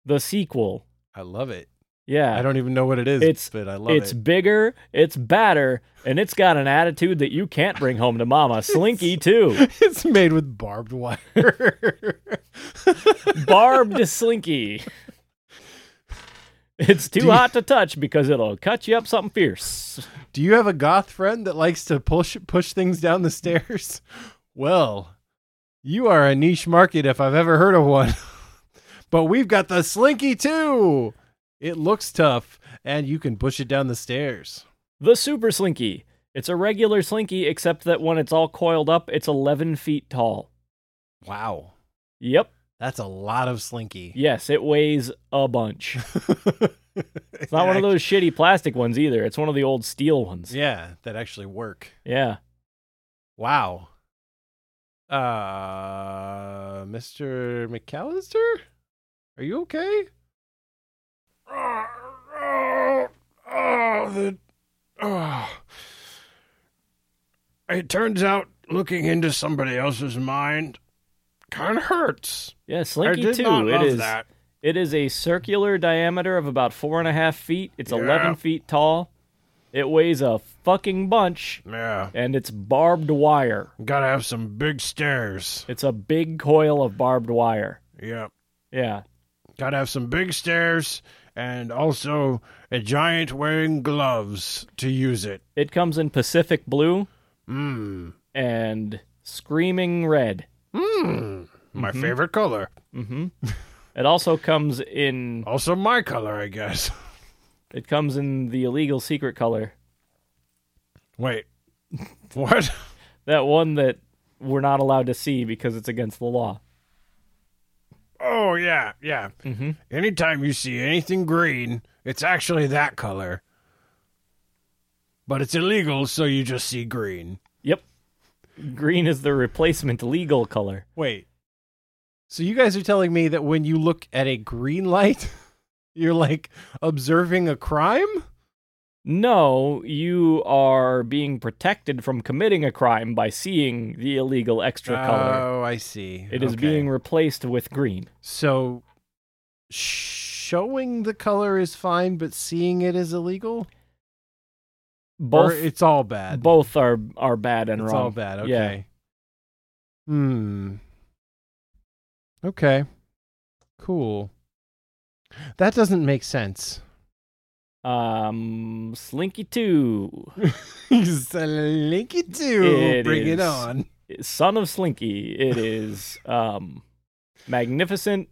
the sequel, I love it. Yeah. I don't even know what it is, It's- but I love it's it. bigger, it's badder, and it's got an attitude that you can't bring home to mama. Slinky too. It's made with barbed wire. Barbed slinky. It's too you- hot to touch because it'll cut you up something fierce. Do you have a goth friend that likes to push push things down the stairs? Well, you are a niche market if I've ever heard of one. but we've got the Slinky too. It looks tough, and you can push it down the stairs. The super slinky. It's a regular slinky, except that when it's all coiled up, it's 11 feet tall. Wow, Yep. that's a lot of Slinky. Yes, it weighs a bunch. it's It's not one of those shitty plastic ones either. It's one of the old steel ones. Yeah, that actually work. Yeah. Wow. Uh, Mr. McAllister, are you okay? Oh, oh, oh, the, oh. It turns out looking into somebody else's mind kind of hurts. Yeah, I slinky did too. not love it is. that. It is a circular diameter of about four and a half feet. It's Yeah. 11 feet tall. It weighs a fucking bunch, Yeah, and it's barbed wire. gotta have some big stairs. It's a big coil of barbed wire. Yeah, Yeah. gotta have some big stairs and also a giant wearing gloves to use it. It comes in Pacific blue Mmm, and screaming red. mmm, my Mm-hmm. favorite color. hmm it also comes in. Also my color, I guess. It comes in the illegal secret color. Wait, what? That one that we're not allowed to see because it's against the law. Oh yeah, yeah. Mm-hmm. Mhm. Anytime you see anything green, it's actually that color. But it's illegal, so you just see green. Yep. Green is the replacement legal color. Wait. So you guys are telling me that when you look at a green light, you're like observing a crime? No, you are being protected from committing a crime by seeing the illegal extra color. Oh, I see. It is Okay. being replaced with green. so showing the color is fine, but seeing it is illegal. Both or it's all bad. both are are bad and it's wrong. all bad. Okay. Yeah. Hmm. Okay. Cool. That doesn't make sense. Um, Slinky Two, Slinky two, It bring it is. on. son of Slinky. It is um, magnificent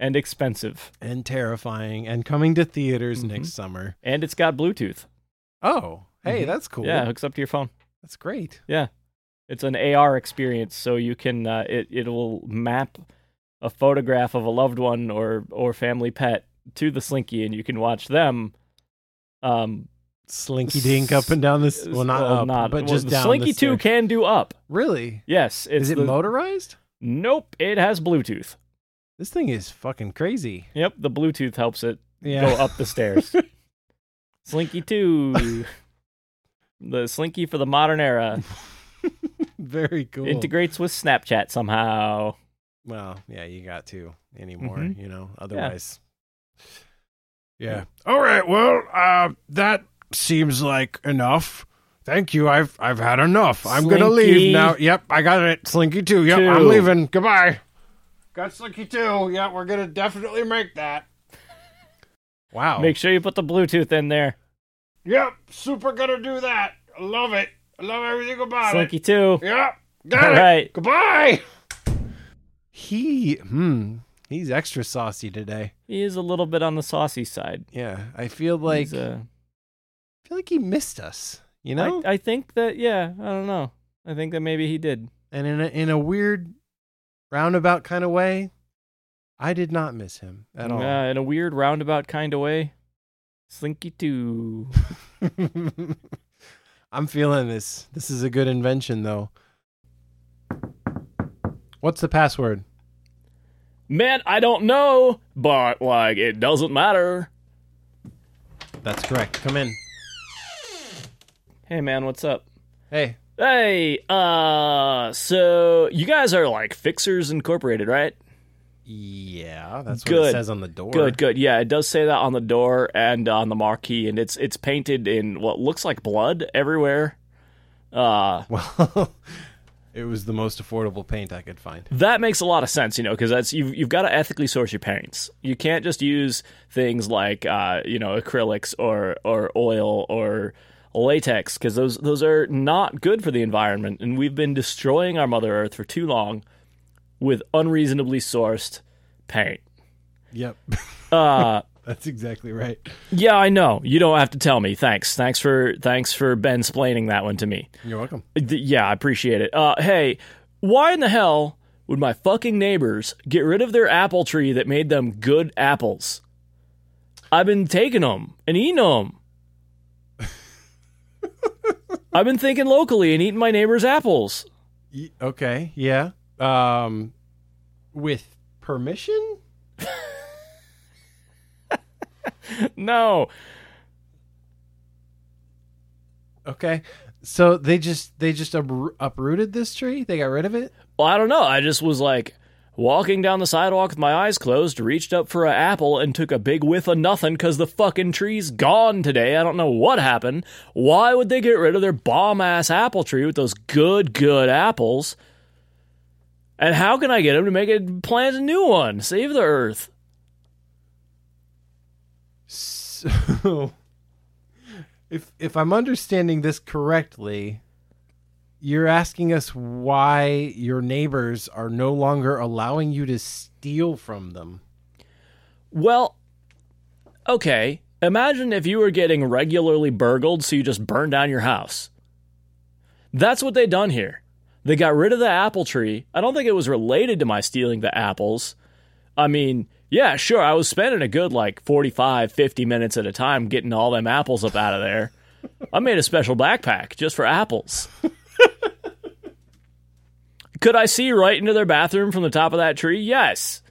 and expensive, and terrifying and coming to theaters Mhm. next summer. and it's got Bluetooth. Mm-hmm. Oh, hey, that's cool. Yeah, it hooks up to your phone. That's great. It's an AR experience, so you can uh, it it'll map a photograph of a loved one or or family pet to the Slinky, and you can watch them. Um, Slinky dink up and down this. Well, not well, up, but well, just the down Slinky the Two stair. can do up. Really? Yes, it's Is it the- motorized? Nope, it has Bluetooth. This thing is fucking crazy. Yep, the Bluetooth helps it Yeah. go up the stairs. Slinky two, the Slinky for the modern era, Very cool. integrates with Snapchat somehow. well, yeah, you got to anymore. Mhm. You know, otherwise. Yeah. All right. Well, uh, that seems like enough. Thank you. I've I've had enough. I'm gonna Slinky. leave now. Yep, I got it. Slinky too. Yep, i I'm Two. leaving. Goodbye. Got Slinky too. Yeah, we're gonna definitely make that. Wow. Make sure you put the Bluetooth in there. Yep, super gonna do that. I Love it. I love everything about Slinky two. it. Yep, got All it. right. Goodbye. he, hmm, he's extra saucy today. He is a little bit on the saucy side. Yeah, I feel like He's, uh, I feel like he missed us. You know, I, I think that yeah, I don't know. I think that maybe he did. and in a, in a weird roundabout kind of way, I did not miss him at all. Yeah, in a weird roundabout kind of way. Slinky two. I'm feeling this. This is a good invention, though. What's the password? Man, I don't know, but like it doesn't matter. That's correct. Come in. Hey man, what's up? Hey, Hey, uh, so you guys are like Fixers Incorporated, right? Yeah, that's what it Good. says on the door. Good, good. Yeah, it does say that on the door and on the marquee, and it's it's painted in what looks like blood everywhere. Uh, Well, it was the most affordable paint I could find. that makes a lot of sense, you know, because that's you've you've got to ethically source your paints. You can't just use things like uh, you know acrylics or or oil or latex because those those are not good for the environment, and we've been destroying our Mother Earth for too long with unreasonably sourced paint. Yep, Uh, that's exactly right. Yeah, I know. You don't have to tell me. Thanks. Thanks for thanks for Ben splaining that one to me. You're welcome. Th- Yeah, I appreciate it. Uh, hey, why in the hell would my fucking neighbors get rid of their apple tree that made them good apples? I've been taking them and eating them. I've been thinking locally and eating my neighbor's apples. Y- okay, yeah. Um, with permission? No, Okay. So they just they just upro- uprooted this tree. They got rid of it. Well, I don't know. I just was like walking down the sidewalk with my eyes closed, reached up for an apple, and took a big whiff of nothing because the fucking tree's gone today. I don't know what happened. Why would they get rid of their bomb ass apple tree with those good, good apples? And how can I get them to make it plant a new one? Save the earth. So if if I'm understanding this correctly, you're asking us why your neighbors are no longer allowing you to steal from them. Well, okay. Imagine if you were getting regularly burgled, so you just burned down your house. That's what they done here. They got rid of the apple tree. I don't think it was related to my stealing the apples. I mean, yeah, sure, I was spending a good like 45, 50 minutes at a time getting all them apples up out of there. I made a special backpack just for apples. Could I see right into their bathroom from the top of that tree? Yes.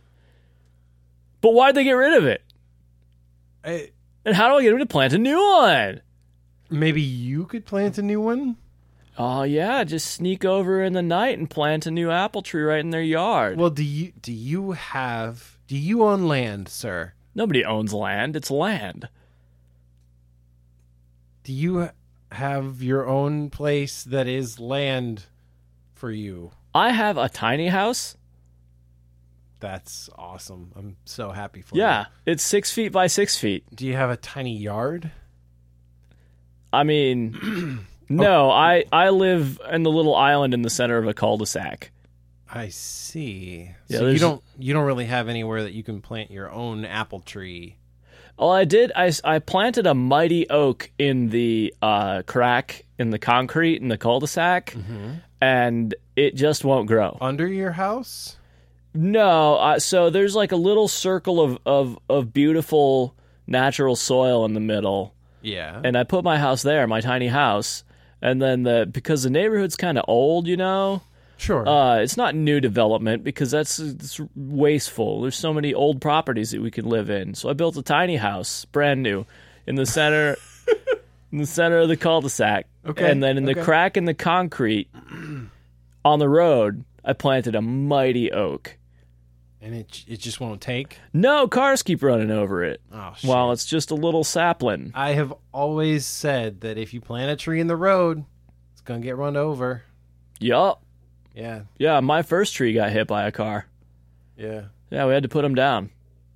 But why'd they get rid of it? I, And how do I get him to plant a new one? maybe you could plant a new one. Oh yeah, just sneak over in the night and plant a new apple tree right in their yard. Well, do you do you have do you own land, sir? Nobody owns land; it's land. Do you have your own place that is land for you? I have a tiny house. That's awesome. I'm so happy for you. Yeah, it's six feet by six feet. Do you have a tiny yard? I mean, no, I I live in the little island in the center of a cul-de-sac. I see. Yeah, so you there's- don't you don't really have anywhere that you can plant your own apple tree. Well, I did. I, I planted a mighty oak in the uh, crack in the concrete in the cul-de-sac, and it just won't grow. Under your house? No, uh, so there's like a little circle of, of of beautiful natural soil in the middle, Yeah. and I put my house there, my tiny house, and then the because the neighborhood's kind of old, you know, Sure. uh, it's not new development because that's it's wasteful. There's so many old properties that we can live in, so I built a tiny house, brand new, in the center, in the center of the cul-de-sac, Okay, and then in okay. the crack in the concrete on the road, I planted a mighty oak. and it it just won't take. No, cars keep running over it. Oh shit. While it's just a little sapling. I have always said that if you plant a tree in the road, it's going to get run over. Yup. Yeah. Yeah, my first tree got hit by a car. Yeah. Yeah, we had to put him down.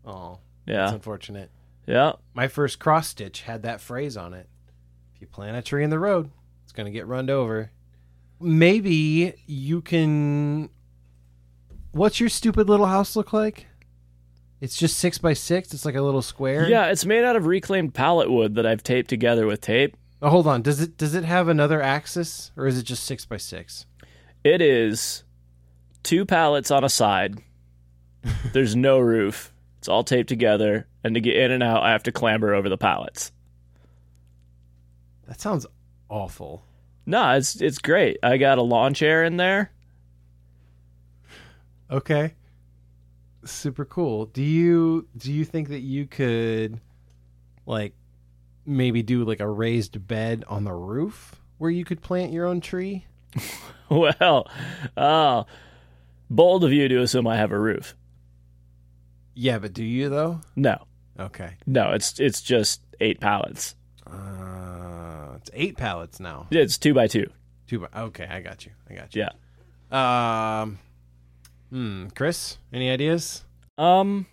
Oh, that's Yeah. unfortunate. Yeah. My first cross stitch had that phrase on it. If you plant a tree in the road, it's going to get runned over. Maybe you can. What's your stupid little house look like? It's just six by six. It's like a little square. Yeah, it's made out of reclaimed pallet wood that I've taped together with tape. Oh, hold on. Does it does it have another axis or is it just six by six? It is two pallets on a side. There's no roof. It's all taped together, and to get in and out I have to clamber over the pallets. That sounds awful. No, it's it's great. I got a lawn chair in there. Okay. Super cool. Do you do you think that you could like maybe do like a raised bed on the roof where you could plant your own tree? uh, Well, oh, bold of you to assume I have a roof. Yeah, but do you though? No, Okay. no, it's it's just eight pallets. Uh, it's eight pallets now. It's two by two. Two. By, okay, I got you. I got you. Yeah. Um. Hmm. Chris, any ideas? Um.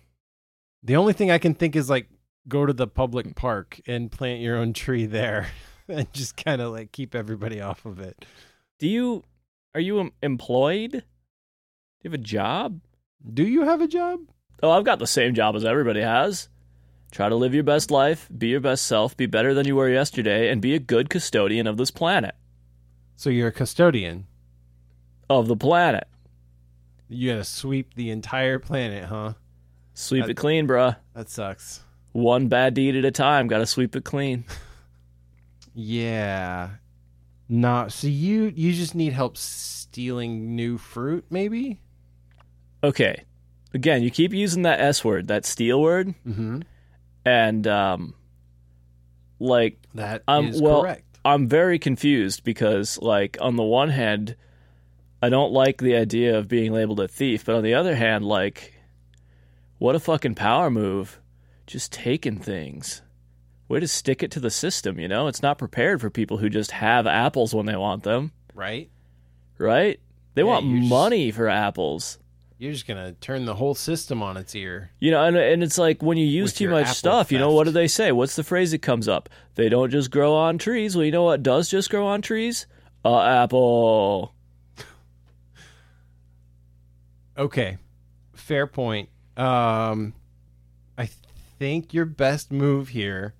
The only thing I can think is like go to the public park and plant your own tree there, and just kind of like keep everybody off of it. Do you are you em- employed? Do you have a job? Do you have a job? Oh, I've got the same job as everybody has. Try to live your best life, be your best self, be better than you were yesterday, and be a good custodian of this planet. So you're a custodian. Of the planet. You gotta sweep the entire planet, huh? Sweep Uh, it clean, bruh. That sucks. One bad deed at a time. Gotta sweep it clean. Yeah. Not so you you just need help stealing new fruit, maybe? Okay. Again, you keep using that S word, that steel word, Mm-hmm. and um, like That is Um, well- correct. I'm very confused because, like, on the one hand, I don't like the idea of being labeled a thief, but on the other hand, like, what a fucking power move. Just taking things. Way to stick it to the system, you know? It's not prepared for people who just have apples when they want them, Right? right? They Yeah, want you just- money for apples. You're just gonna turn the whole system on its ear. You know, and, and it's like when you use With too your much apple stuff, you know, what do theft. they say? What's the phrase that comes up? They don't just grow on trees. Well, you know what does just grow on trees? A apple. Okay. Fair point. Um I think your best move here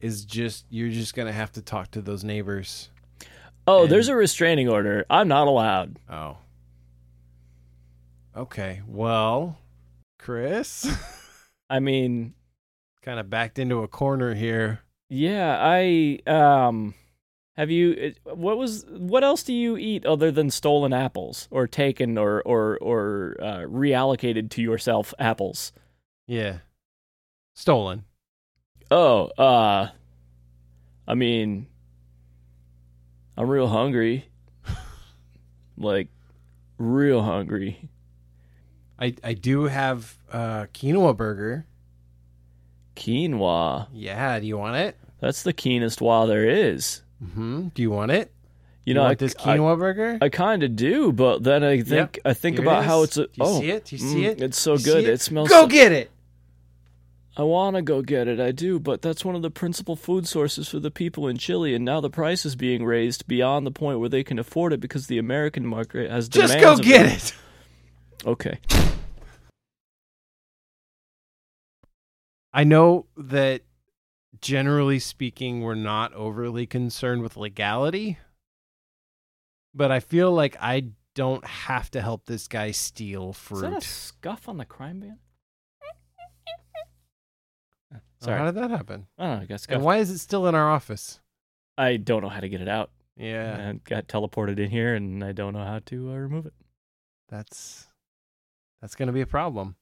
is just you're just gonna have to talk to those neighbors. Oh, And- there's a restraining order. I'm not allowed. Oh. Okay. Well, Chris I mean, kind of backed into a corner here. yeah, I um have you it- what was what else do you eat other than stolen apples or taken or or or uh, reallocated to yourself apples? Yeah. Stolen. Oh, uh I mean I'm real hungry. like real hungry. I I do have uh quinoa burger. Quinoa. Yeah, do you want it? That's the keenest wa there is. Mhm. Do you want it? You know, want I, this I- quinoa burger? I kind of do, but then I think I think Here it about how is. it's a, Do you oh, see it? Do you see it? It's so You see good. it? It? smells. Go so- get it. I want to go get it. I do, but that's one of the principal food sources for the people in Chile, and now the price is being raised beyond the point where they can afford it because the American market has Just demands go of get it. Okay. I know that generally speaking, we're not overly concerned with legality, but I feel like I don't have to help this guy steal Is that a fruit. scuff on the crime band? Oh, Sorry. How did that happen? I don't know. I got And scuffed. why is it still in our office? I don't know how to get it out. Yeah, I got teleported in here, and I don't know how to uh, remove it. that's that's going to be a problem.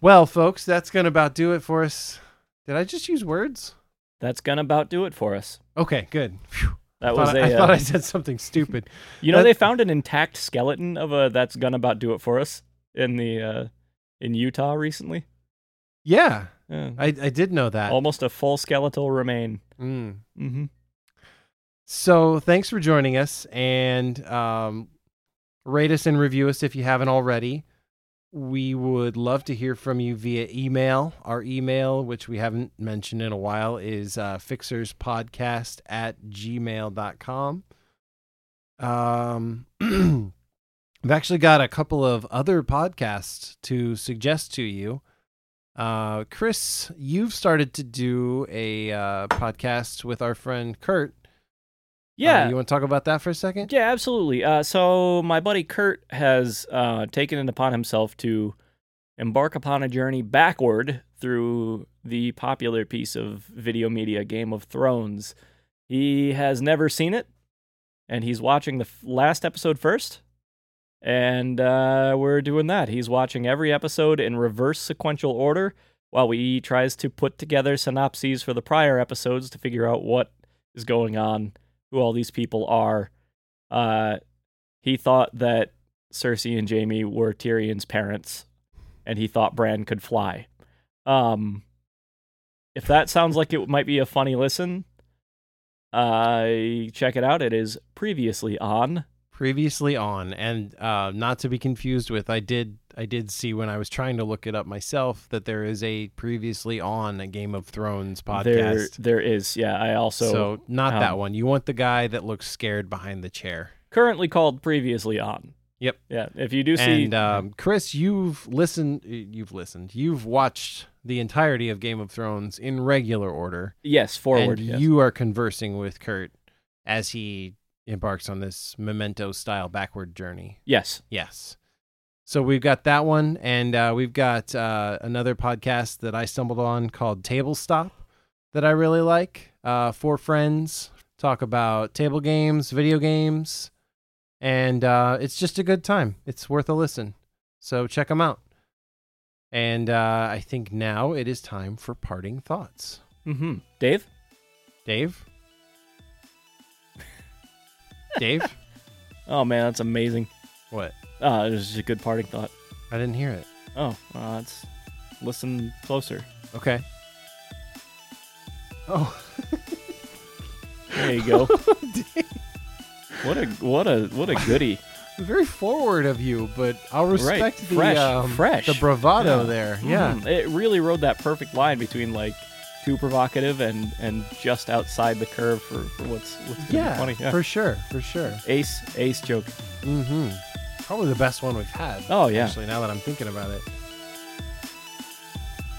Well, folks, that's going to about do it for us. Did I just use words? That's gonna about do it for us. Okay, good. Phew. That Thought was I a. I thought uh, I said something stupid. You know, That- they found an intact skeleton of a that's gonna about do it for us in the uh, in Utah recently. Yeah, Yeah. I, I did know that. Almost a full skeletal remain. Mm. Mm-hmm. So thanks for joining us and um, rate us and review us if you haven't already. We would love to hear from you via email. Our email, which we haven't mentioned in a while, is uh, fixerspodcast at gmail.com. Um, I've actually got a couple of other podcasts to suggest to you. Uh, Chris, you've started to do a uh, podcast with our friend Kurt. Yeah. Uh, you want to talk about that for a second? Yeah, absolutely. Uh, so my buddy Kurt has uh, taken it upon himself to embark upon a journey backward through the popular piece of video media, Game of Thrones. He has never seen it, and he's watching the f- last episode first. And uh, we're doing that. He's watching every episode in reverse sequential order while we tries to put together synopses for the prior episodes to figure out what is going on, who all these people are, uh, he thought that Cersei and Jamie were Tyrion's parents, and he thought Bran could fly. Um, if that sounds like it might be a funny listen, uh, check it out. It is previously on. previously on and uh, not to be confused with i did i did see when i was trying to look it up myself that there is a previously on a game of thrones There, podcast there is. Yeah, I also so, not that um, one you want the guy that looks scared behind the chair currently called previously on. Yep. Yeah. If you do see, and um, chris you've listened you've listened you've watched the entirety of game of thrones in regular order yes, forward. and yes. you are conversing with kurt as he embarks on this memento style backward journey yes. Yes. So we've got that one, and uh, we've got uh, another podcast that I stumbled on called Table Stop that I really like. Uh, four friends talk about table games, video games, and uh, it's just a good time. It's worth a listen. So check them out. And uh, I think now it is time for parting thoughts. Mm-hmm. Dave. Dave? Dave? Oh man, that's amazing. What? Uh, it was just a good parting thought. I didn't hear it. Oh, uh, it's listen closer. Okay. Oh. There you go. what a what a what a goodie. very forward of you, but I'll respect Right. the Fresh, um, fresh. the bravado Yeah. there. Yeah, Mhm. it really rode that perfect line between like too provocative and and just outside the curve for for what's what's gonna be yeah, funny. Yeah. for sure, for sure. Ace ace joke. hmm Probably the best one we've had. Oh, yeah. actually, now that I'm thinking about it,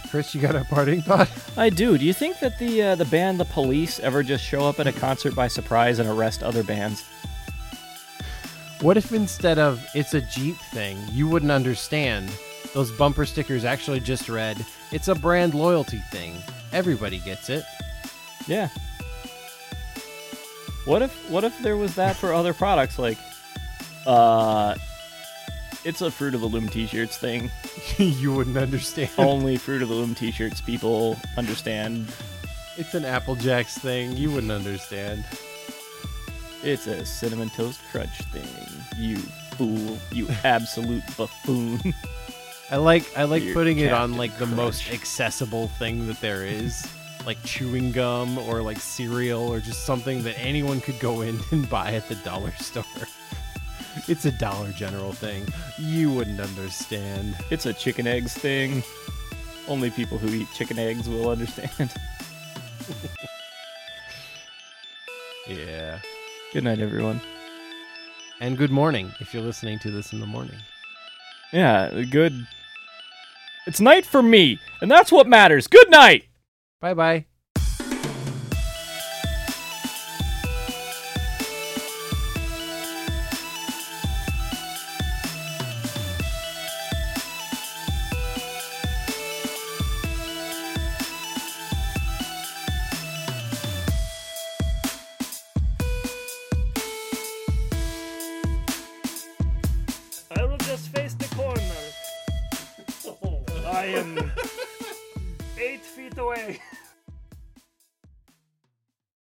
Chris, you got a parting thought? I do. Do you think that the uh, the band The Police ever just show up at a concert by surprise and arrest other bands? What if instead of it's a Jeep thing, you wouldn't understand? Those bumper stickers actually just read, it's a brand loyalty thing. Everybody gets it. Yeah. What if what if there was that for other products like uh it's a Fruit of the Loom t-shirts thing. you wouldn't understand. Only Fruit of the Loom t-shirts people understand. It's an Apple Jacks thing. You wouldn't understand. It's a cinnamon toast crunch thing. You fool, you absolute buffoon. I like I like Your putting it on Captain like the most Crunch. accessible thing that there is, like chewing gum or like cereal or just something that anyone could go in and buy at the dollar store. It's a Dollar General thing. You wouldn't understand. it's a chicken eggs thing. Only people who eat chicken eggs will understand. Yeah. Good night everyone. And good morning if you're listening to this in the morning. Yeah, good. It's night for me, and that's what matters. Good night. Bye bye. I will just face the corner. I am eight feet away.